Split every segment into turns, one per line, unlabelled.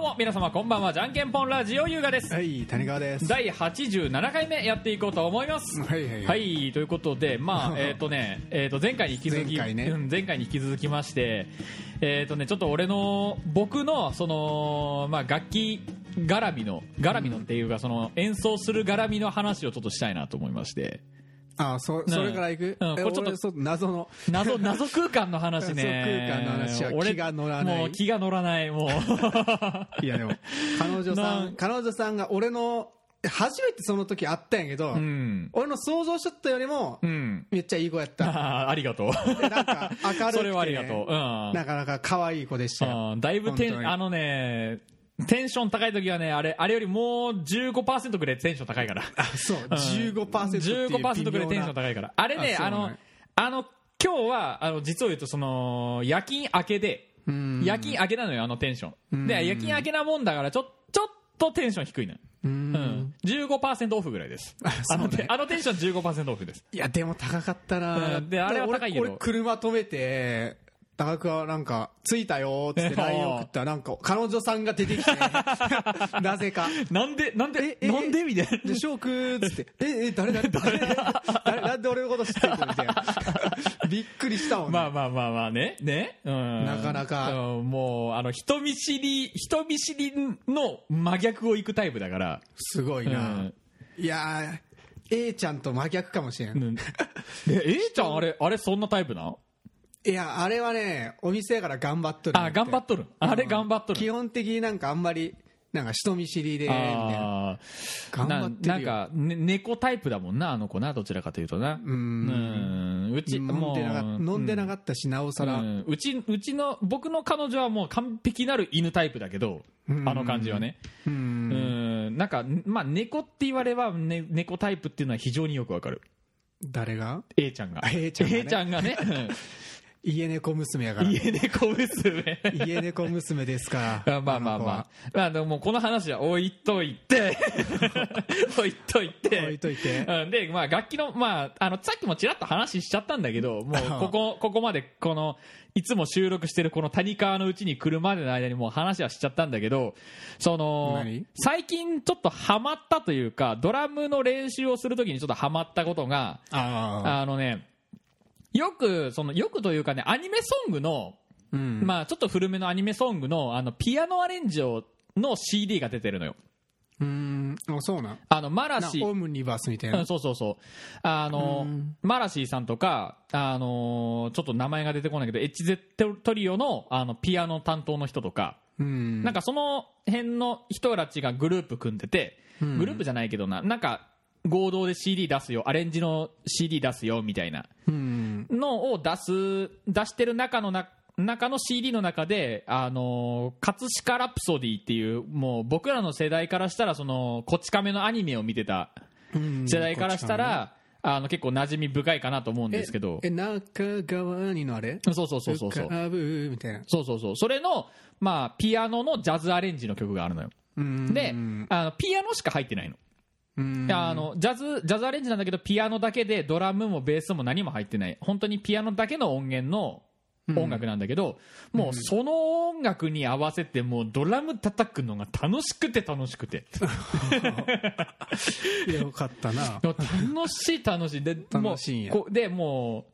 も皆様こんばんはじゃんけんぽんラジオ優雅です
はい、谷川です。
第87回目やっていこうと思います
はいはいはい
ということで まあえっ、とね、えー、と前回に引き続き
前回ね
うん前回に引き続きましてえっ、とねちょっと俺の僕のそのまあ楽器絡みの絡みのっていうか、その演奏する絡みの話をちょっとしたいなと思いまして
あ、そ、それから行く
うんこれ
え
ちょっと
俺そう謎の。
謎謎空間の話ね
謎空間の話は
俺
気が乗らない
もう気が乗らないもう
いや でも、彼女さ
なん
ん、彼女さんが俺の、初めてその時あったんやけど、
うん
俺の想像しとったよりも
う、ん
めっちゃいい子やった。
あーあり がとう
でなんか、明るくて、ね。
それはありがとう、うん
なかなか可愛い子でしたよ。
うんだいぶテ
本当
ン
に
あのねテンション高い時はねあれあれよりもう15%ぐらいテンション高いから
そう、
うん
15%っていう微妙な。
15%ぐらいテンション高いからあれね
あ
あ
そうなの
のあの今日はあの実を言うとその夜勤明けで
ん
夜勤明けなのよあのテンション
う
で
ん
夜勤明けなもんだからちょちょっとテンション低いのよ
う。
うんん、15%オフぐらいですあ
うね
のてあのテンション15%オフです
いや、でも高かったな、
うんであれは高いけど
俺、俺車止めて、高くはなんか、着いたよーっつ
え
って LINE 送ったら、なんか、彼女さんが出てきて、なぜか。
なんでなんでなんでみたいな
で、翔くんっつって、え、え、誰誰誰誰なんで俺のこと知ってるのみたいな。びっくりしたもんね。
まあまあまあまあね。ね。うん。
なかなか
うんもう、あの、人見知り、人見知りの真逆を行くタイプだから。
すごいな、いやー、A ちゃんと真逆かもしれん。
うん。で、えいちゃん、あれ、あれそんなタイプなん
いや、あれはね、お店やから頑張っとるんや
あ、
て。
頑張っとる。あれ頑張っと
基
る。
本的になんかあんまり、なんか人見知りで、みたいな。
ああ
頑張ってるよ
ななんか、ね、猫タイプだもんな、あの子な、どちらかというとな。
うーん
うん。うち、
飲ん
もう。
でなかった飲んでなかったし、なおさら、
うんうちうちの僕の彼女はもう完璧なる犬タイプだけどあ
うん
の感じはね
う
うんんなんか、まあ、猫って言われば、ね、猫タイプっていうのは非常によくわかる
誰が
A ちゃんが
A ちゃんがね
A ちゃんが ね
家猫娘やか
うん
ら
家猫娘
家猫娘ですか
あ
ら
まあまあまあまあでももうこの話は置いとい て置いとい
あの子は置い
て
といて
うんで、 まあ、楽器の,、まあ、あのさっきもちらっと話しちゃったんだけどもうここここまでこのいつも収録してるこの谷川のうちに来るまでの間にもう話はしちゃったんだけどその
何
最近ちょっとハマったというかドラムの練習をするときにちょっとハマったことが
ああ
あのねよくそのよくというかねアニメソングの、
うん
まあ、ちょっと古めのアニメソングのあのピアノアレンジをの CD が出てるのよ。
うんあそうなん
あのマラ
な
シ
オムニバースみたい
うん
な
そうそうそうあの
うん
マラシーさんとかあのちょっと名前が出てこないけど HZ トリオのあのピアノ担当の人とか、
うん
なんかその辺の人たちがグループ組んでて、
うん
グループじゃないけどななんか合同で CD 出すよアレンジの CD 出すよみたいな
うん
のを出す出してる中のな中の CD の中で「あの葛飾ラプソディ」っていうもう僕らの世代からしたらそのこち亀のアニメを見てた
うん
世代からしたら、あの結構馴染み深いかなと思うん
え
ですけど
え中川にのあれ
そうそうそうそうそう
浮かぶみたいな
そうそうそうそれの、まあ、ピアノのジャズアレンジの曲があるのよ
うん
であのピアノしか入ってないの
うん
あのジャズジャズアレンジなんだけどピアノだけでドラムもベースも何も入ってない本当にピアノだけの音源の音楽なんだけど、もうその音楽に合わせてもうドラム叩くのが楽しくて楽しくて
いやよかったな
でも楽しい楽しいでも
楽しいん
う
や
こでも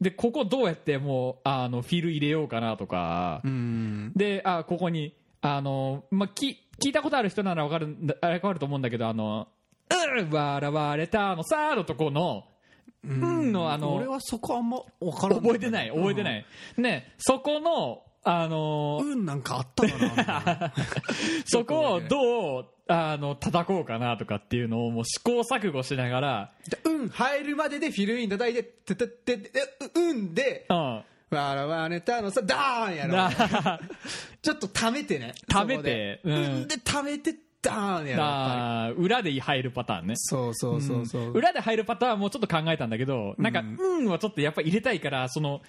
うでここどうやってもうあのフィル入れようかなとか、
うん
であここにあの、まあ、き聞いたことある人ならわかるんだあれわかると思うんだけどあの「うん笑われたのさ」のとこの「うん」のあの
俺はそこあんま分からん
覚えてない覚えて
い
ない、ねそこのあの
運なんかあったか な
そこをどうあの叩こうかなとかっていうのをもう試行錯誤しながら、
運入るまででフィルイン叩いててててて運で
うん、
笑われたのさダーンやろ
な
ちょっとためてね
溜めて
そ
うん
こで運でためてダーンやろやっぱり
あー裏で入るパターンね
そうそうそうそう
裏で入るパターンもちょっと考えたんだけどなんか「うん」はちょっとやっぱ入れたいからその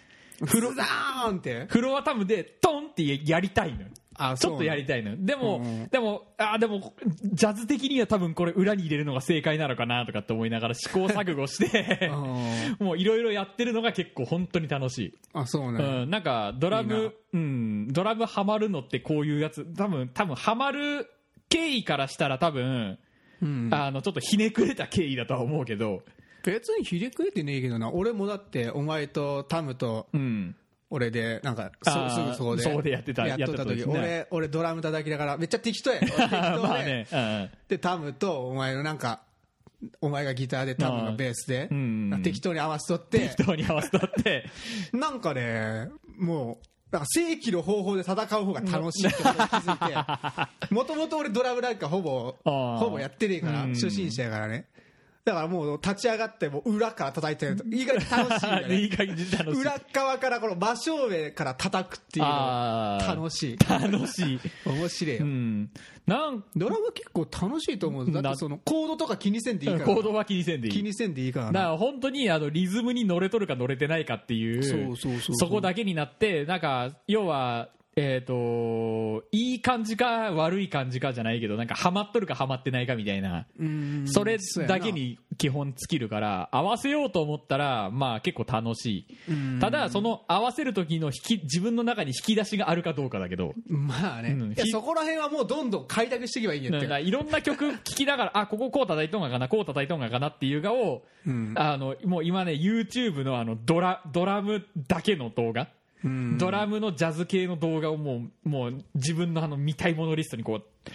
フロダーンって
フロアタムでトンってやりたいのよ
あ
ちょっとやり
い
たいのよでも、
うん
でもあーでもジャズ的には多分これ裏に入れるのが正解なのかなとかって思いながら試行錯誤して もういろいろやってるのが結構本当に楽しい、
あそう
う
ね
ん、なんかドラム
いいな
うん、ドラムハマるのってこういうやつ多分多分ハマる経緯からしたら多分、
うん
あのちょっとひねくれた経緯だとは思うけど、
別にひれくれてねえけどな俺もだってお前とタムと
うん、
俺でなんかそ
あー
すぐそこで
そこでやってた
やっとった時
やっとった時ね
俺俺ドラム叩きながらめっちゃ 適当や
まあ
適
ね、うん
当でタムとお前のなんかお前がギターでタムがベースで
うんうんうん
適当に合わせとって
人に合わせたって
なんかね、もう、なんか正規の方法で戦う方が楽しいってことに気づい て、もともと俺ドラムなんかほぼ、
あー
ほぼやってねえから、
うん
初心者やからね。だからもう立ち上がってもう裏から叩いてると、意外と楽しいんだ
い
ね
い。感じで楽しい
裏側からこの真正面から叩くっていうのが
あー
楽しい。
楽しい
面白いうよ。
んなん
ドラム結構楽しいと思う。だってそのコードとか気にせんでいいから。
行動は気にせんでい
気
い
にせんでいいから
だか
な。
ら本当にあのリズムに乗れとるか乗れてないかっていう
そうそうそうそう
そこだけになってなんか要はえー、といい感じか悪い感じかじゃないけどなんかハマっとるかハマってないかみたいな
うん
それ
そうやな
だけに基本尽きるから合わせようと思ったらまあ結構楽しいただその合わせる時の引き自分の中に引き出しがあるかどうかだけど
まあね、
うん
いやそこら辺はもうどんどん開拓していけばいいんや
だ
っ
か
て、
らいろんな曲聴きながらあこここう叩いとんがかなこう叩いとんがかなっていうがを、
うん
あのもう今ね YouTube のあのドラドラムだけの動画、
うん
ドラムのジャズ系の動画をもうもう自分のあの見たいものリストにこう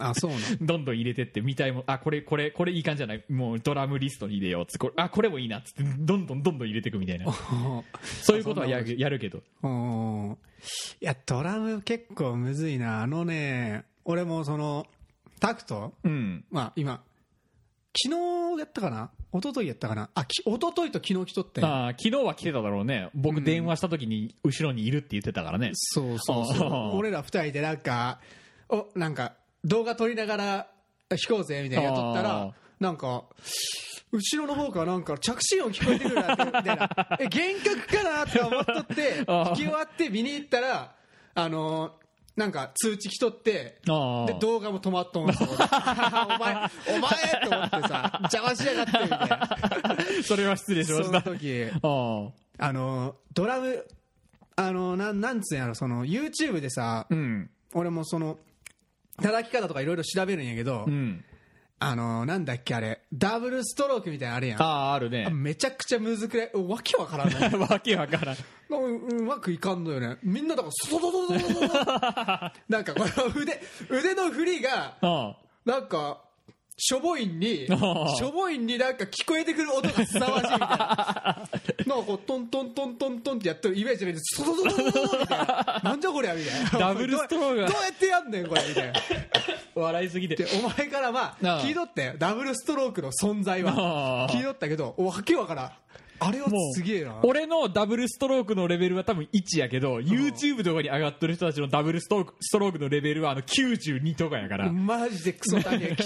あそうね
どんどん入れてって見たいものあこれこれこれいい感じじゃないもうドラムリストに入れようっつってこれあこれもいいなっつってどんどんどんどん入れていくみたい なそういうことはやるやるけど
うんいやドラム結構むずいなあのね俺もそのタクト
うん
まあ今昨日やったかな一昨日やったかなあき一昨日と昨日来とって
あー昨日は来てただろうね僕電話した時に後ろにいるって言ってたからね、
そうそうそ
ああ
う俺ら二人でなんかおなんか動画撮りながら弾こうぜみたいなやっとっ
あ
た
あ
らなんか後ろの方からなんか着信音聞こえてくるなってみたい なえ幻覚かなって思っと って
ああ
弾き終わって見に行ったらあのーなんか通知来とって
ああ
で動画も止まっとんすよ お前お前と思ってさ邪魔しやがってみたいな
それは失礼しま
そ
し
の
た
時
ああ
あのードラムあのーなんなんつうんやろその YouTube でさ
うん
俺もその叩き方とかいろいろ調べるんやけど、
うん
あのーなんだっけあれダブルストロークみたいなのあるやん
あああるね
めちゃくちゃむずくれわけわから んない
わけわからん
ううまくいかんのよねみんなだからそどどどどどどなんかこの腕腕の振りが
あ
なんかしょぼい んにし
ああ
ょぼいんになんか聞こえてくる音がすさまじいみたい ななんかこうトントントントントンってやってるイメージでそどどどどどどみたいななんじゃこりゃみたいな
ダブルストローク
ど
が
うやってやんねんこれみたいな
笑いすぎて
でお前からまあ
ああ
聞いとったよダブルストロークの存在
あ
は
あ
聞いとったけどわけわからんあれは
もう
すげえな
俺のダブルストロークのレベルは多分1やけど YouTube とかに上がってる人たちのダブルストロークストロークのレベルはあの92とかやから
マジでクソ大変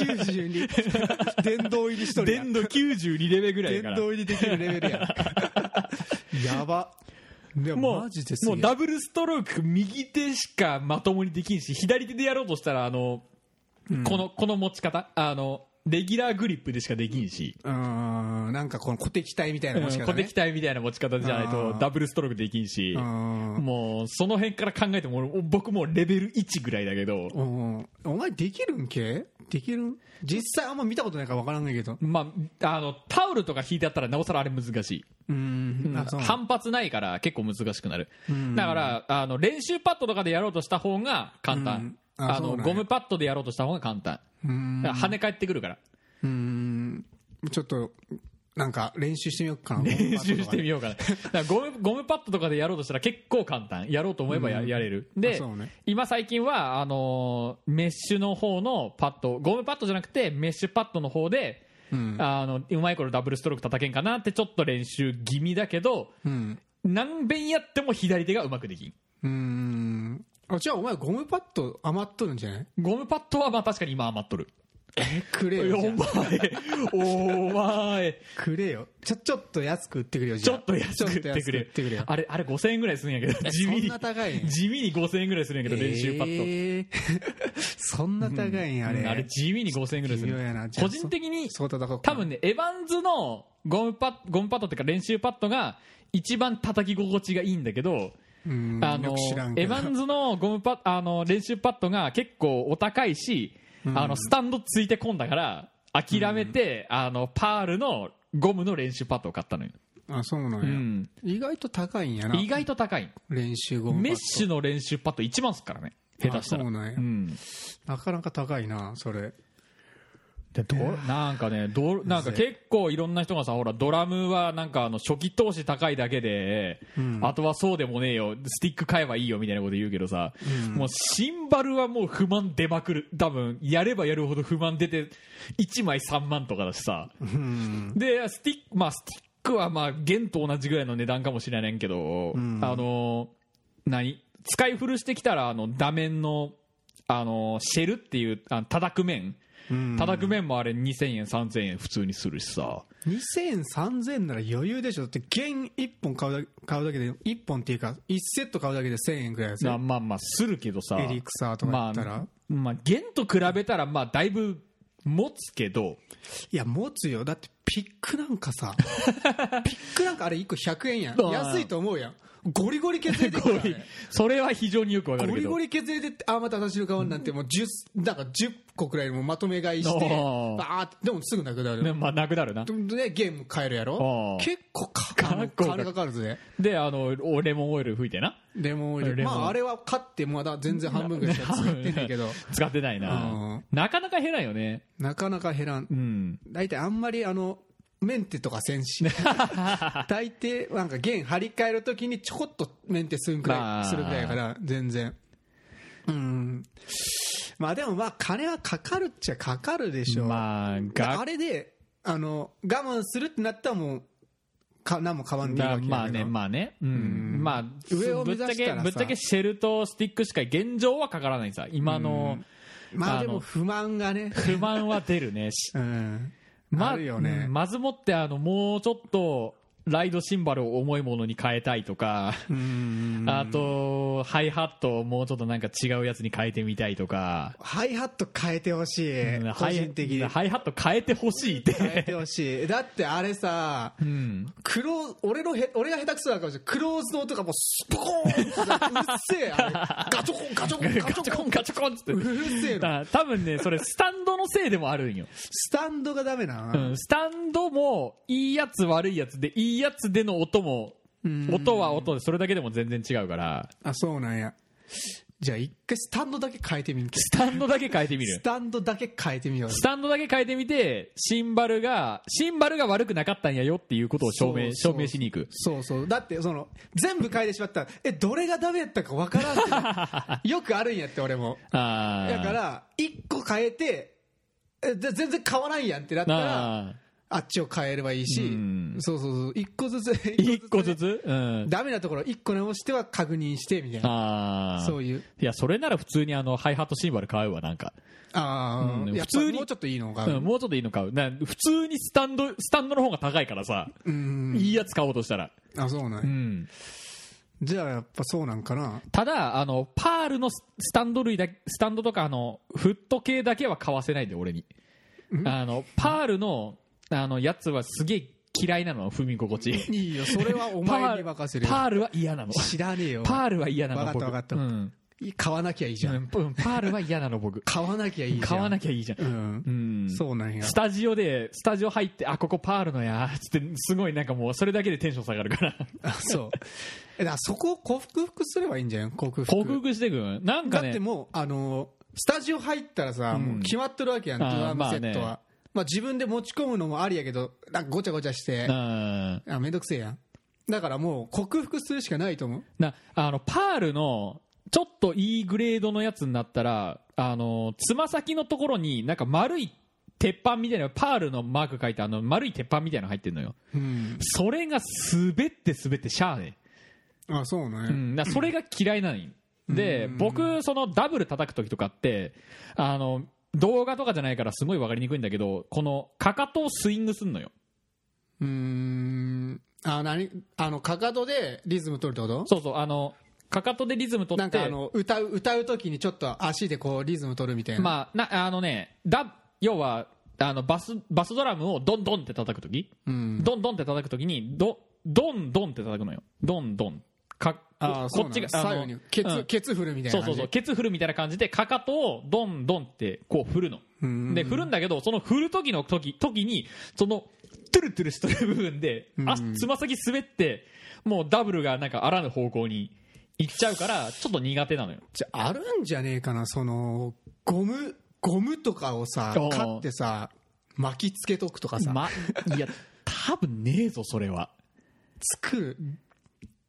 92殿堂入りしとるやん
電動92レベルぐらいやか
殿
ら
堂入りできるレベルやん やばいや
も
マジです
うもう
げえ
ダブルストローク右手しかまともにできんし左手でやろうとしたらあのこのこの持ち方あのレギュラーグリップでしかできんし
うーんなんかこの小敵隊みたいな
うん
もしかし
小
たら
敵隊みたいな持ち方じゃない
あ
と
ー
ダブルストロークできんし
うん
もうその辺から考えても俺僕もうレベル1ぐらいだけど
うんお前できるんけできるん実際あんま見たことないからわからんないけど
まあ、あのタオルとか引いてあったらなおさらあれ難しい、
うんあそう
反発ないから結構難しくなる、だからあの練習パッドとかでやろうとした方が簡単、
うんあ
あ
そ
の
うなんや
ゴムパッドでやろうとした方が簡単、
うん
だから跳ね返ってくるから
うーんちょっと、なんか練習してみようかな。
練習してみよう かなだからゴムゴムパッドとかでやろうとしたら結構簡単やろうと思えばや,、やれる
あ
で、
そうね
今最近はあのーメッシュの方のパッドゴムパッドじゃなくてメッシュパッドの方で、
うん
あのうまい頃ダブルストローク叩けんかなってちょっと練習気味だけど
うん。
何遍やっても左手がうまくできん
うーん。あ、じゃあお前ゴムパッド余っとるんじゃない
ゴムパッドはまあ確かに今余っとる
くれよ
お
じゃあ
前、お前、
くれよちょちょっと安く売ってくれ よじ
ち
ゃ
ょ
あ
っと安く売ってくれ
ちょっと安売ってくれよ
あれ、あれ5000円ぐらいするんやけど、地味
そん
に
な、高いん や
地味に5000円ぐらいするんやけど、練習パッド。
えー そんな高いんやあれ、
うんあれ地味に5000円ぐらいする
微妙やなじゃあ
個人的に
そこ叩こうか
多分ねエヴァンズのゴムパッゴムパッドっていうか練習パッドが一番叩き心地がいいんだけど
うん
あ
よ
の
く知らん
エ
け
ヴ
ど
ァンズのゴムパあの練習パッドが結構お高いし、あのスタンドついてこんだから諦めて、あのパールのゴムの練習パッドを買ったのよ、
あそうな
う
んや、
ん、
意外と高いんやな
意外と高い
練習後
メッシュの練習パッド1万っすからね下手したら
あそうなんや
うん
なかなか高いなそれ
でどなんかねどなんか結構いろんな人がさほらドラムはなんかあの初期投資高いだけで、あとはそうでもねえよスティック買えばいいよみたいなこと言うけどさ、もうシンバルはもう不満出まくる多分やればやるほど不満出て1枚3万とかだしさ
うん
でスティックまあスティックはまあ弦と同じぐらいの値段かもしれないけど、
ん
あの何使い古してきたらあの打面のあのシェルっていうあの叩く面
うん
叩く面もあれ2000円3000円普通にするしさ
20003000なら余裕でしょだって弦1本買うだ買うだけで1本っていうか1セット買うだけで1000円くらいです
まあ
よ
まあまあするけどさ
エリクサーとか言ったら、
まあ、まあ、弦と比べたらまあだいぶ持つけど
いや持つよだってピックなんか さピックなんかあれ1個100円やん
ああ
安いと思うやんゴリゴリ削れてるからあれ
それは非常によくわかる
ゴ
け
リ
ど
ゴリ削れてってあまた私の顔になんてもう 10, だから10個くらいもうまとめ買いして
ああ
バーってでもすぐなくなる
ねまあなくなるな
でゲーム変えるやろ
ああ
結構か
か
あの
か
金かかるぜ
であのおレモンオイル吹いてな
レモンオイル
レモ
ま
ン
ああれは買ってまだ全然半分ぐらいしか使ってないけど
使ってないななかなか減らんよね
なかなか減らん
うん
大体あんまりあのメンテとかせん し大抵なんか弦張り替えるときにちょこっとメンテするく
ま
ら
あ
いするくらいやから全然うんまあでもまあ金はかかるっちゃかかるでしょう、
まあ
あ、
が
れであの我慢するってなったらもうか何も変わんないわけやけど
まあねまあねうん
うん
まあ
上を目指したらさ
ぶっちゃけぶっちゃけシェルとスティックしか現状はかからないさ今の
まあ
あ
で
の
も不満がね
不満は出るねし
うん
ま
あるよね
うんまずもってあのもうちょっとライドシンバルを重いものに変えたいとか、
うん
あとハイハットをもうちょっとなんか違うやつに変えてみたいとか、
ハイハット変えてほしい、
うん
個人的に
ハイハイハット変えてほしいっ
変え
て、
てほしいだってあれさ、
うん、
クローズ俺のへ俺が下手くそだからしれないクローズの音がもうスポコーンってさうるせえあれガチョコンガチョコ ン
ガ
ガ
チ
チ
ョコ
ョコ
ン
ン
ガチョコンっつって
うるせえの
だ多分ねそれスタンドのせいでもあるんよ、
スタンドがダメな、
うん、スタンドもいいやつ悪いやつでいいやつでの音も
うん
音は音でそれだけでも全然違うから
あそうなんやじゃあ一回スタンドだけ変えてみる
スタンドだけ変えてみる
スタンドだけ変えてみよう
スタンドだけ変えてみて、シンバルが、シンバルが悪くなかったんやよっていうことを証明、
そうそう
証明しに行く。
そうそうだってその全部変えてしまったらえどれがダメやったかわからんってな よくあるんやって俺も
あー
だから一個変えてえで全然変わらんやんってなったら
あー
あっちを変えればいいし、
うん
そうそうそう、一個 ずつ、
一個ず
つ、
つうん。
ダメなところ一個直しては確認してみたいな、
ああ。
そういう、
いや、それなら普通にあの、ハイハットシンバル買うわ、なんか。
ああ、
うん
やっぱ
普通に
もうちょっといいのが、
うん、もうちょっといいの買う。な普通にスタンド、スタンドの方が高いからさ、
うん、
いいやつ買おうとしたら。
あ、そうなんや、
うん。
じゃあやっぱそうなんかな、
ただ、あの、パールのススタンド類だけ、スタンドとか、あの、フット系だけは買わせないで、俺に。あの、パールの、あの、やつはすげえ嫌いなの、踏み心地。
いいよ、それはお
パ
前
ー
に
ル
任せるよ
パールは嫌な の。
知らねえよ、
パールは嫌なの。
わかった
僕
わかった
うん。
買わなきゃいいじゃん、
うんうんパールは嫌なの、僕。
買わなきゃいいじゃん、
買わなきゃいいじゃん。
うん
う、ん。
そうなんや
ス。タジオで、スタジオ入って、あ、ここパールのや、つって、すごいなんかもう、それだけでテンション下がるから。
あ そうえだからそこを克服すればいいんじゃん克服
克服してくんなん
だ
か
っ
ね、
てもう、あのスタジオ入ったらさ、
うん
もう決まってるわけやん、ド
あー
ラムセットは。
ま
ま
あ
あ
ね
自分で持ち込むのもありやけど、なんかごちゃごちゃして
う、ん。
あめんどくせえやん。だからもう、克服するしかないと思う。
な、あの、パールの、ちょっといいグレードのやつになったら、あの、つま先のところになんか丸い鉄板みたいな、パールのマーク書いて、あの、丸い鉄板みたいなの入ってんのよ。
うん。
それが滑って滑ってしゃあね
あ、そうね。
え、うん、だからそれが嫌いなんよで
うん
僕そのダブル叩く時とかってあの動画とかじゃないからすごい分かりにくいんだけどこのかかとをスイングすんのよ
うーんあ何あのかかとでリズム取るってこと
そうそうあのかかとでリズム取
な
っ
んか
て
あの歌う歌う時にちょっと足でこうリズム取るみたいな、
まあなあのねだ要はあのバスバスドラムをドンドンって叩く時
うん、
ドンドンって叩くときにドドンドンって叩くのよドンドンか
あー
ここっちが
そう
あの
なの左右にケツ、
うん
ケツ振るみたい
そ
な
うそ
感
う
じ
そうケツ振るみたいな感じでかかとをドンドンってこう振るの
うん
で振るんだけどその振る時の時時にそのトゥルトゥルしてる部分で
うん
足つま先滑ってもうダブルがなんかあらぬ方向に行っちゃうからちょっと苦手なのよ
じゃあるんじゃねえかなそのゴムゴムとかをさ
おー
買ってさ巻きつけとくとかさ、
まいや多分ねえぞそれは
作る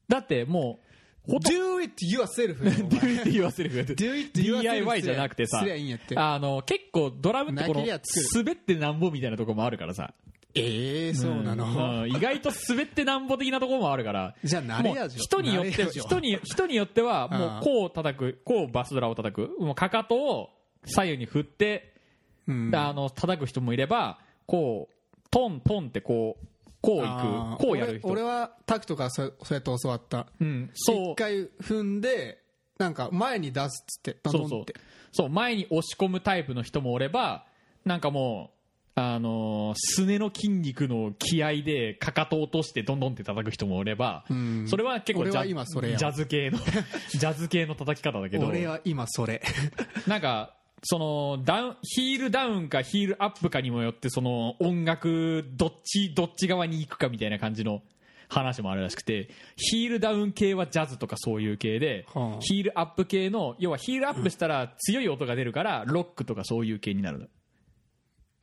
だってもうほと
Do it yourself よお
どう
前
やって言わせるか
Do it yourself
DIY じゃなくてさ
すりゃいいんやって
あの結構ドラムってこ
な
の
けりゃ作
滑ってなんぼみたいなとこもあるからさ
ええそうなの、
うん意外と滑ってなんぼ的なところもあるから
じゃあ慣れ
も
や
う
じゃ
人によって人に人によって はもうこう叩くこうバスドラを叩くもうかかとを左右に振って、
うん
あの叩く人もいればこうトントンってこうこう
あ
い
ー
くこうやる人
俺俺はタクとかそうそうやって教わった
うん、そう
一回踏んでなんか前に出すっつってド
そ
ドン
う
っ
そう
て
そう前に押し込むタイプの人もおればなんかもうあのーすねの筋肉の気合でかかと落としてどんどんって叩く人もおれば、
うん
それは結構ジ
俺は
ャ
今それや
ジャズ系のジャズ系の叩き方だけど
俺は今それ
なんかそのダウンヒールダウンかヒールアップかにもよってその音楽どっちどっち側に行くかみたいな感じの話もあるらしくてヒールダウン系はジャズとかそういう系で、
はあ
ヒールアップ系の要はヒールアップしたら強い音が出るからロックとかそういう系になるの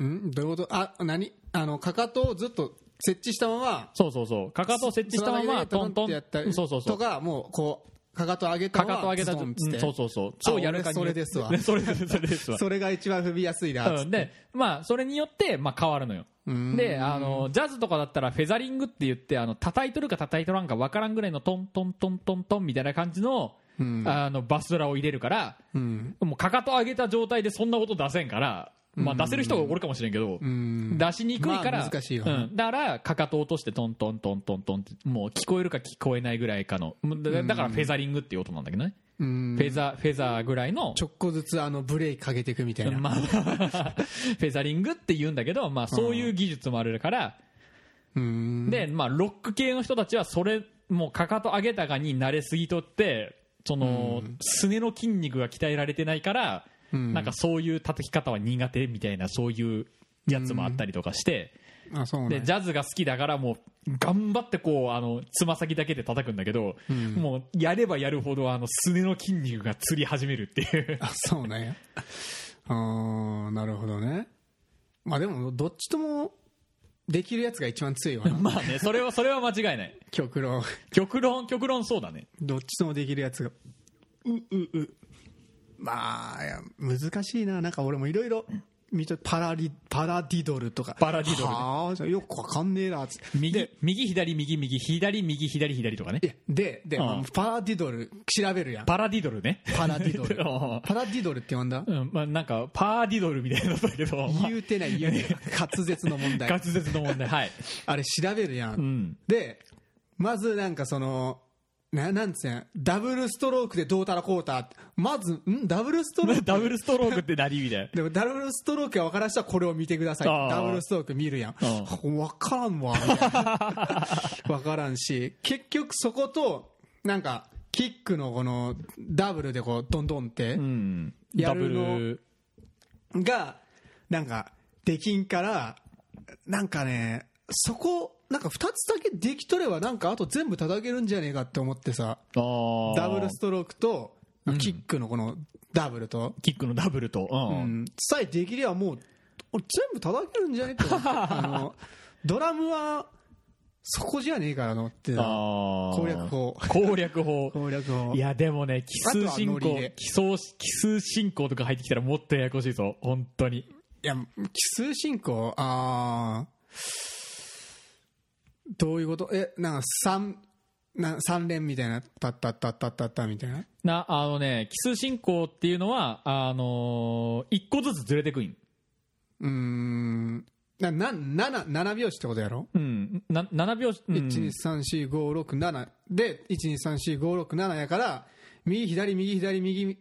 うんどういうことあ何あのかかとをずっと設置したまま
そうそうそうかかとを設置したまま
そ
ト
の
ン
場
ト
でや
ン
ったり
そうそうそう
とかもうこうかかと上げた
か
まま
かと上げた
ズドンっつって
うんそうそうそうそうやる感じ
俺それです わ
それですそれですわ
それが一番踏みやすいなっつ
う
っ
ん
て
でまあそれによってまあ変わるのよ
うん
であのジャズとかだったらフェザリングって言ってあの叩いとるか叩いとらんか分からんぐらいのトントントントントンみたいな感じの,、
うん
あのバスドラを入れるから
うん
もうかかと上げた状態でそんな音出せんから、まあ、出せる人がおるかもしれんけど、
うん
出しにくいから、
まあ難しいよ
うん、だからかかと落としてトントントントントンってもう聞こえるか聞こえないぐらいかのだだからフェザリングっていう音なんだけどね、
うん
フェザーフェザーぐらいの
ちょっこずつあのブレーキかけていくみたいな
まあ、 フェザリングって言うんだけど、まあ、そういう技術もあるから、
うん
で、まあ、ロック系の人たちはそれもうかかと上げたかに慣れすぎとってその、すねの筋肉が鍛えられてないから、
うん
なんかそういう叩き方は苦手みたいなそういうやつもあったりとかして、
あそうね
でジャズが好きだからもう頑張ってこうあのつま先だけで叩くんだけど、もうやればやるほどあのすねの筋肉がつり始めるって いう。
あそうねああなるほどねまあでもどっちともできるやつが一番強いわな
まあね、それは、それは間違いない。
極論
極論、極論そうだね。
どっちともできるやつがうううまあいや難しいななんか俺もいろいろ見とパラリパラディドルとか
パラディドルね
はあよくわかんねえなつって
右、右、左、右、右、左、右、左、左とかね
い。やでで、
うん
まあパラディドル調べるやん
パラディドルね。
パラディド
あ
ル
あ
パラディドルって呼んだ
うん、まあなんか、パーディドルみたいなのだけど、ま
言うてない言うてない滑舌の問
あ、
題
滑舌の問題。はい。
あれ調べるやん、
うん。
でまずなんかそのななんつうんやダブルストロークでどうたらこうたってまずんダブルストロー ク
ダブルストロークって何みたいな。
でもダブルストロークが分からん人はこれを見てください
あー
ダブルストローク見るやん
あ
分からんわ みたいな分からんし結局そことなんかキックのこのダブルでこうドンドンって
うん。
や
ダブ
るの
ル、
がなんかできんからなんかねそこなんか2つだけできとればなんかあと全部叩けるんじゃねえかって思ってさ
あー
ダブルストロークとキックのこのダブルと、
キックのダブルと。う。
うんさえできればもう俺全部叩けるんじゃねえと思ってあ のドラムはそこじゃねえからのってな
あー
攻略法
攻略 法。
攻略を
いや、でもね、奇数進
あとは
行
ノリで、
奇数、奇数進行とか入ってきたらもっとややこしいぞ。本当に。
いや奇数進行ああどういうことえなんか三な3連みたいなタッタッタッタッタッタッみたいな
なあのね奇数進行っていうのはあのー、1個ずつずれてくん
うーんなな7 7拍子ってことやろ、
うんな7秒、うん
123456で123456やから右左右左右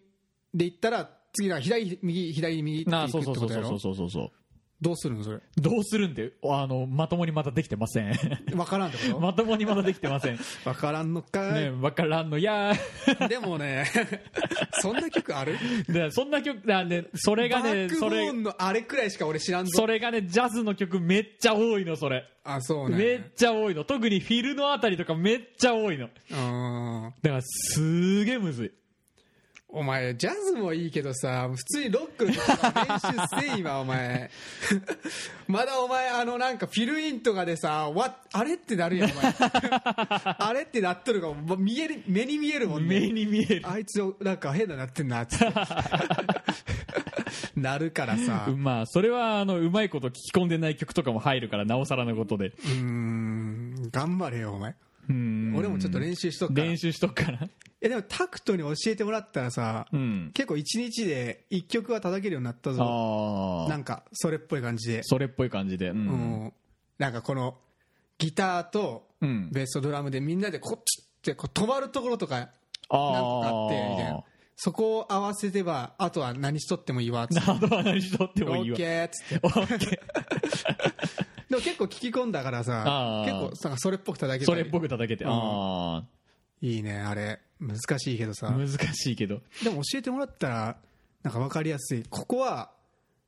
でいったら次が左右左右って
ないあ
く
そ
っ
う
て
そうそ
こ
う
と
そ
や
う
ろ
そうそうそう
どうするのそれ
どうするんであのまともにまだできてませ ん
分からんってこ
まともにまだできてませんね
と分からんのかい、
わからんのいや
でもね そんな曲ある
ー でそんな曲だねそれがね
バック
そ
ボ
れ
ーンのあれくらいしか俺知らんぞ
それがねジャズの曲めっちゃ多いのそれ
あそうね
めっちゃ多いの特にフィルのあたりとかめっちゃ多いの
うーん
だからすーげえむずい
お前ジャズもいいけどさ普通にロックの曲とか練習 せい今お前まだお前あのなんかフィルインとかでさわあれってなるやんお 前あれってなっとるがもう見える目に見えるもんね
目に見える
あいつなんか変ななってんなっつって なるからさ
まあそれはあのうまいこと聞き込んでない曲とかも入るからなおさらのことで
うーん頑張れよお前
うん
俺もちょっと練習しとくから
練習しとくから
えでもタクトに教えてもらったらさ、
うん
結構一日で一曲は叩けるようになったぞ
あ
な
あ
んかそれっぽい感じで、
それっぽい感じでう、
うんんなんかこのギターと
うん、
ベースとドラムでみんなでこっちってこう止まるところとかなんと
あ
か
ー
あってみたいなそこを合わせればあとは何しとってもいいわっつって
などは何しとって
オ
もいい
ッ
わ
ケーっつって
オッケ
でも結構聞き込んだからさ
あー
結構なんかそれっぽく叩
ー
け
そ
た
れっ
り
ぽく叩けて、あ
いいねあれ難しいけど
あ
さ
難しいけど
でも教えてもらったらなんか分かりやすいここは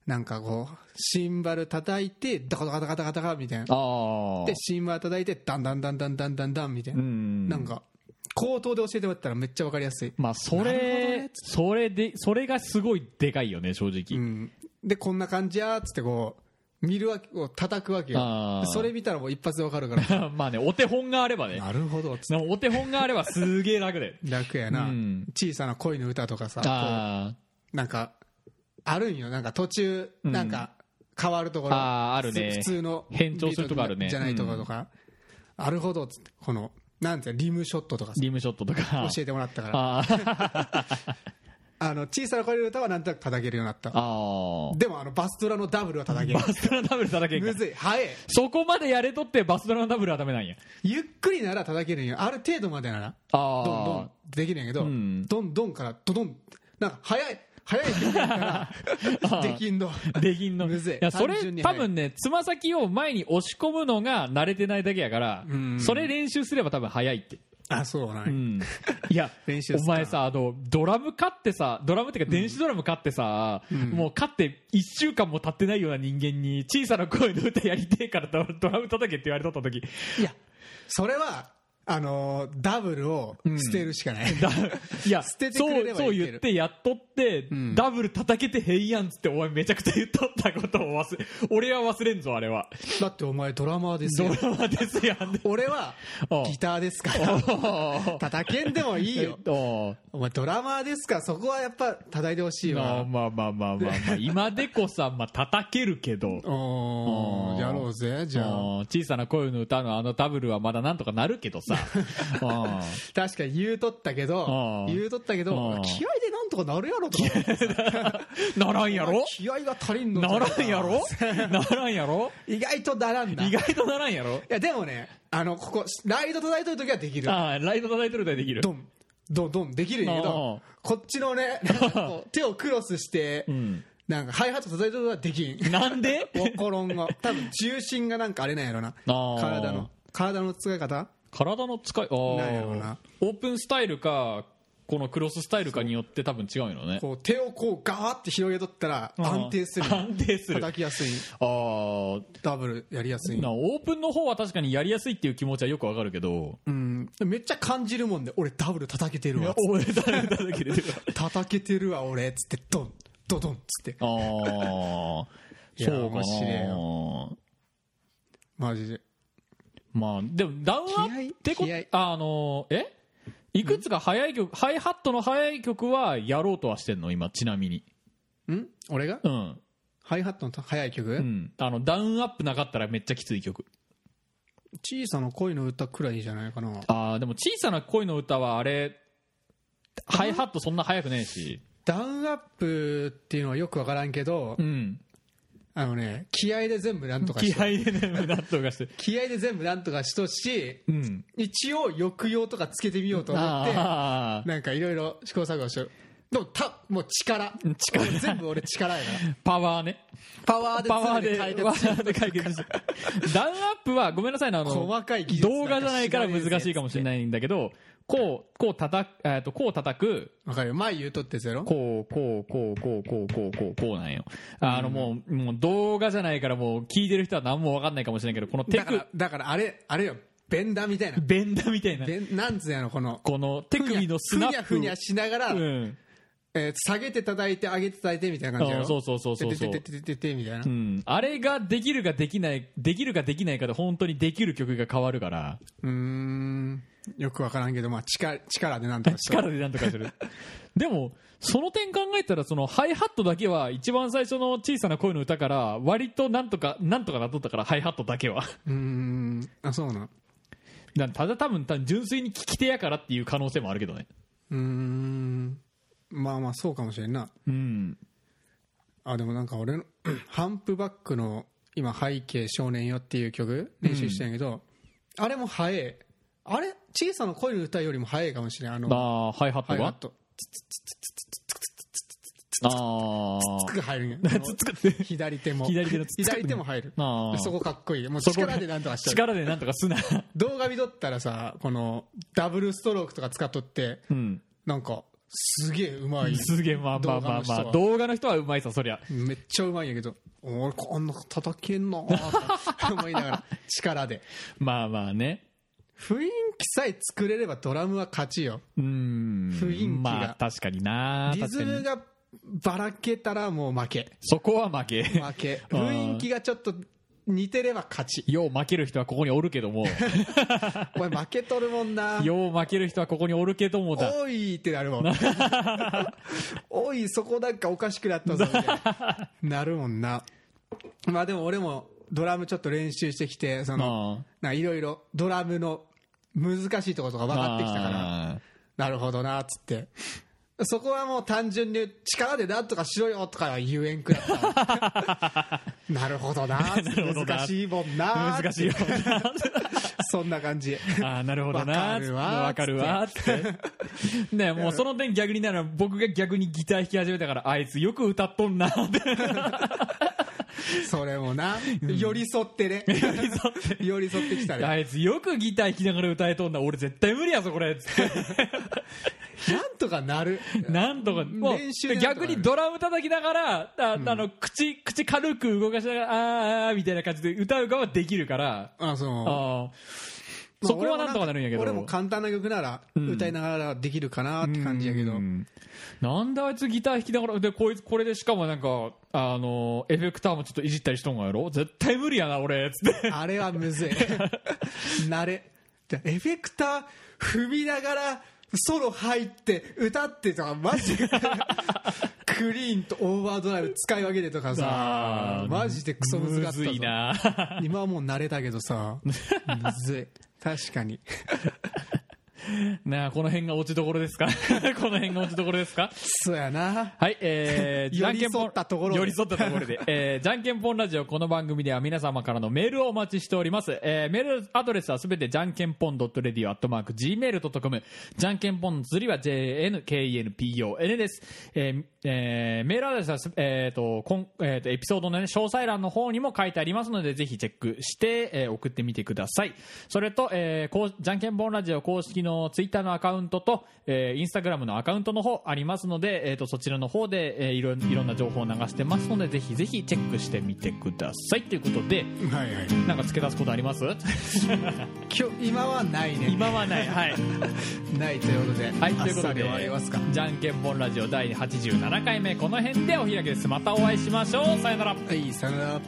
なんかこうシンバル叩いてダカダカダカダカダカみたいな
ああ
でシンバル叩いてダンダンダンダンダンダンダンみたいな、
うん
なんか口頭で教えてもらったらめっちゃ分かりやすい、
まあそ
なるほど
れ、
ね
それでそれがすごいでかいよね正
う
直、
ん、でこんな感じやーっつってこう見るわけこう叩くわけよ
あー
でそれ見たらもう一発で分か るから
まあねお手本があればね
なるほどっつって
お手本があればすげえ楽で
楽やな、
うん
小さな恋の歌とかさこ
あー
うなんかあるんよなんか途中なんか変わるところ、
あーあるね
普通の
変調するとこあるね
じゃないとかとか、なるほどっつってこのなんていうのリムショットとかさ
リムショットとか
教えてもらったから
あ ー
あの小さな声の歌はなんとなく叩けるようになった
あー
でもあのバスドラのダブルは叩ける
バスドラのダブル叩けん
む
か
ずい早い
そこまでやれとってバスドラのダブルはダメなんや
ゆっくりなら叩けるんよある程度までなら
あ
どんどんできるんやけど、
うん
どんどんからドドンなんか早い早い曲や からできんの
できんの
むずい
やそ
単
れ
純に
多
早い
分ねつま先を前に押し込むのが慣れてないだけやから
うん
それ練習すれば多分早いって
あそうなんや、
う んいや
練習っす
お
か
前さあのドラム買ってさドラムっていうか電子ドラム買ってさ、もう買って1週間も経ってないような人間に小さな声の歌やりてえからドドラム叩けって言われとった時
いやそれはあのーダブルを捨てるしかない、
だいや
捨ててくれれば
そうそう
いける
言ってやっとって、
ん
ダブル叩けてへいやんっつってお前めちゃくちゃ言っとったことを忘れ俺は忘れんぞあれは
だってお前ドラマーです
ド
よ
ラマですやん
俺は
ああ
ギターですから
あ
叩けんでもいいよ
あ
お前ドラマーですからそこはやっぱ叩いてほしい
まあ
わ
まあまあまあまあ、まあ、今でこさ、まあ、叩けるけど
おー
ああ
やろうぜじゃ
う
あ
ん小さな声の歌のあのダブルはまだなんとかなるけど さう
確かに言うとったけど
ああ
言うとったけど
ああ
気合でなんとかなるやろとか思って
んならんやろ
気合が足りんのじゃ
な
ない
ら
か
んやろならんやろ
意外とならんな
意
い
外とならんやろ
やでもねあのここライド叩いとる時はできる
ああライト叩いてるでできる
ドンドンドンできるんやけど
あ
こっちのねなんか こう手をクロスして
ん
なんかハイハット叩いとる時はできん
なんで
わからん が多分重心がなんかあれなんやろな
あー
体の体の使い方
体の使いああ
なんやろうな
オープンスタイルかこのクロススタイルかによって多分違うよね
こう手をこうガーって広げとったら
うん
安定する
安定する
叩きやすい
ああ
ダブルやりやすい
なオープンの方は確かにやりやすいっていう気持ちはよくわかるけど
うんめっちゃ感じるもんで俺ダブル叩けてるわ
おえ誰だけで
叩けてるわ俺つってドンドドンつって
ああ
いや
そうか
面白い
な
マジで
まあでもダウンアップってこ
気合気
あのえいくつか早い曲、ハイハットの早い曲はやろうとはしてんの今ちなみに
ん俺が
うん、
ハイハットの速い曲、
うん、あのダウンアップなかったらめっちゃきつい曲
小さな恋の歌くらいじゃないかな
ああでも小さな恋の歌はあれハイハットそんな速くねえし
ダウンアップっていうのはよくわからんけど、
うん
あのね気合で全部なんとか
気
し
合で
と
ね納得がして
気合で全部なんとかしとし
うん
一応抑揚とかつけてみようと思って
ああ
なんかいろいろ試行錯誤してるでもたもう力
力
全部俺力やから
パワーね
パワーで
パワーで
全て
パワ
解決
ーで解決してダウンアップはごめんなさいねあの
細かい技術
動画じゃないから難しいかもしれ
い
ないんだけどこうこう叩くえっとこう叩く
わかるよ前言うとってゼロ
こうこうこうこうこうこうこうこうなんよあのもうもう動画じゃないからもう聞いてる人は何も分かんないかもしれないけどこのテ
だか
ク
らだからあれあれよベンダーみたいな
ベンダーみたいな
ベンなんつうやのこの
この手首のスナップを
ふにゃふにゃしながら、
うん
えー下げて叩いて上げて叩いてみたいな感じや
あ
ろ
そうそうそうそうそう
てててててててみたいな、
うんあれができるかできないできるかできないかで本当にできる曲が変わるから
うーんよくわからんけど、まあ、力力でなんとかしと
力でなんとかする でもその点考えたらそのハイハットだけは一番最初の小さな声の歌から割となんとかなんとかなっとったからハイハットだけは
うーんあそうなん
だただ多分多分純粋に聞き手やからっていう可能性もあるけどね
うーんまあまあそうかもしれんな
うん
あでもなんか俺の ハンプバックの今「背景少年よ」っていう曲練習してんやけど、あれも早えあれ小さな恋の歌よりも早いかもしれんあの
あーハイハッ
ハ
ト
イハッ
が
ト
あ
つく入るん や
あつっつくって
左手も
左手のつっつく
左手も入る
あー
そこかっこいいもう
そこ
力でなんとかしてる
力でなんとかすな
動画見とったらさこのダブルストロークとか使っとって
うん
なんかすげえうまい
すげえまあまあまあまあ動画の人はうまいさそりゃ
めっちゃうまいんやけど俺こんな叩けんなーと思いなが ら力で
まあまあね
雰囲気さえ作れればドラムは勝ちよ
うーん
雰囲気が
まあ確かにな
リズ
確
ム
かに
がばらけたらもう負け
そこは負け
負け
あー
雰囲気がちょっと似てれば勝ち
よう負ける人はここにおるけども
お前負けとるもん な
よう負ける人はここにおるけどもだ
おいってなるもん おいそこなんかおかしくなったぞみたい ななるもんなまあでも俺もドラムちょっと練習してきてその
あ
ないろいろドラムの難しいところとか分かってきたから
あ
なるほどなっつってそこはもう単純に力でなんとかしろよとかは言えんくなった なるほどなっつって
なるほどな
難しいもんな
ー難しいよ
そんな感じ
ああなるほどな
わかるわ
わかるわってねもうその点逆になら僕が逆にギター弾き始めたからあいつよく歌っとんなって
それもな寄り添っ てね 寄り添ってきたね
あいつよくギター弾きながら歌えとんな俺絶対無理やぞこれつって
なんとかなる。
なんとか、もう
練習でなんとか
逆にドラム叩きながら、ああの、口、口軽く動かしながら、あーあーみたいな感じで歌うかはできるから、
あ、そう。ま
あ
あ
ーそこはなんとかなるんやけど。
俺も簡単な曲なら歌いながらできるかなって感じやけど。
うんなんであいつギター弾きながら、で、こいつ、これでしかもなんか、あの、エフェクターもちょっといじったりしとんがやろ絶対無理やな、俺、つって。
あれは むずい。慣れ。でエフェクター踏みながらソロ入って歌ってとかマジ でクリーンとオーバードライブ使い分けてとか
あ
さ
ー
マジでクソ難かったぞ
むずいな。
今はもう慣れたけどさむずい確かに
なあ、この辺が落ちどころですか この辺が落ちどころですか
そうやな
はい、えー、じゃんけんぽん
寄り添ったところで
寄り添ったところで、えー、じゃんけんぽんラジオ、この番組では皆様からのメールをお待ちしております。えー、メールアドレスはすべてじゃんけんぽん .radio.gmail.com、じゃんけんぽんの釣りは jnkenpon です。えーえーメールアドレスはす、えーと、こんえーと、エピソードの、ね、詳細欄の方にも書いてありますので、ぜひチェックして、えー送ってみてください。それと、えーこう、じゃんけんぽんラジオ公式のツイッターのアカウントと、えーインスタグラムのアカウントの方ありますので、えー、とそちらの方で、えーいろいろんな情報を流してますのでぜひぜひチェックしてみてくださいということで
はいはい
なんか付け足すことあります
今日今はないね
今はないはい、
ないということで、
はい、と
あっ
いうこ
さ
と
り
で
終わりますか
じゃんけんぽんラジオ第87回目この辺でお開きですまたお会いしましょうさよなら
はいさよなら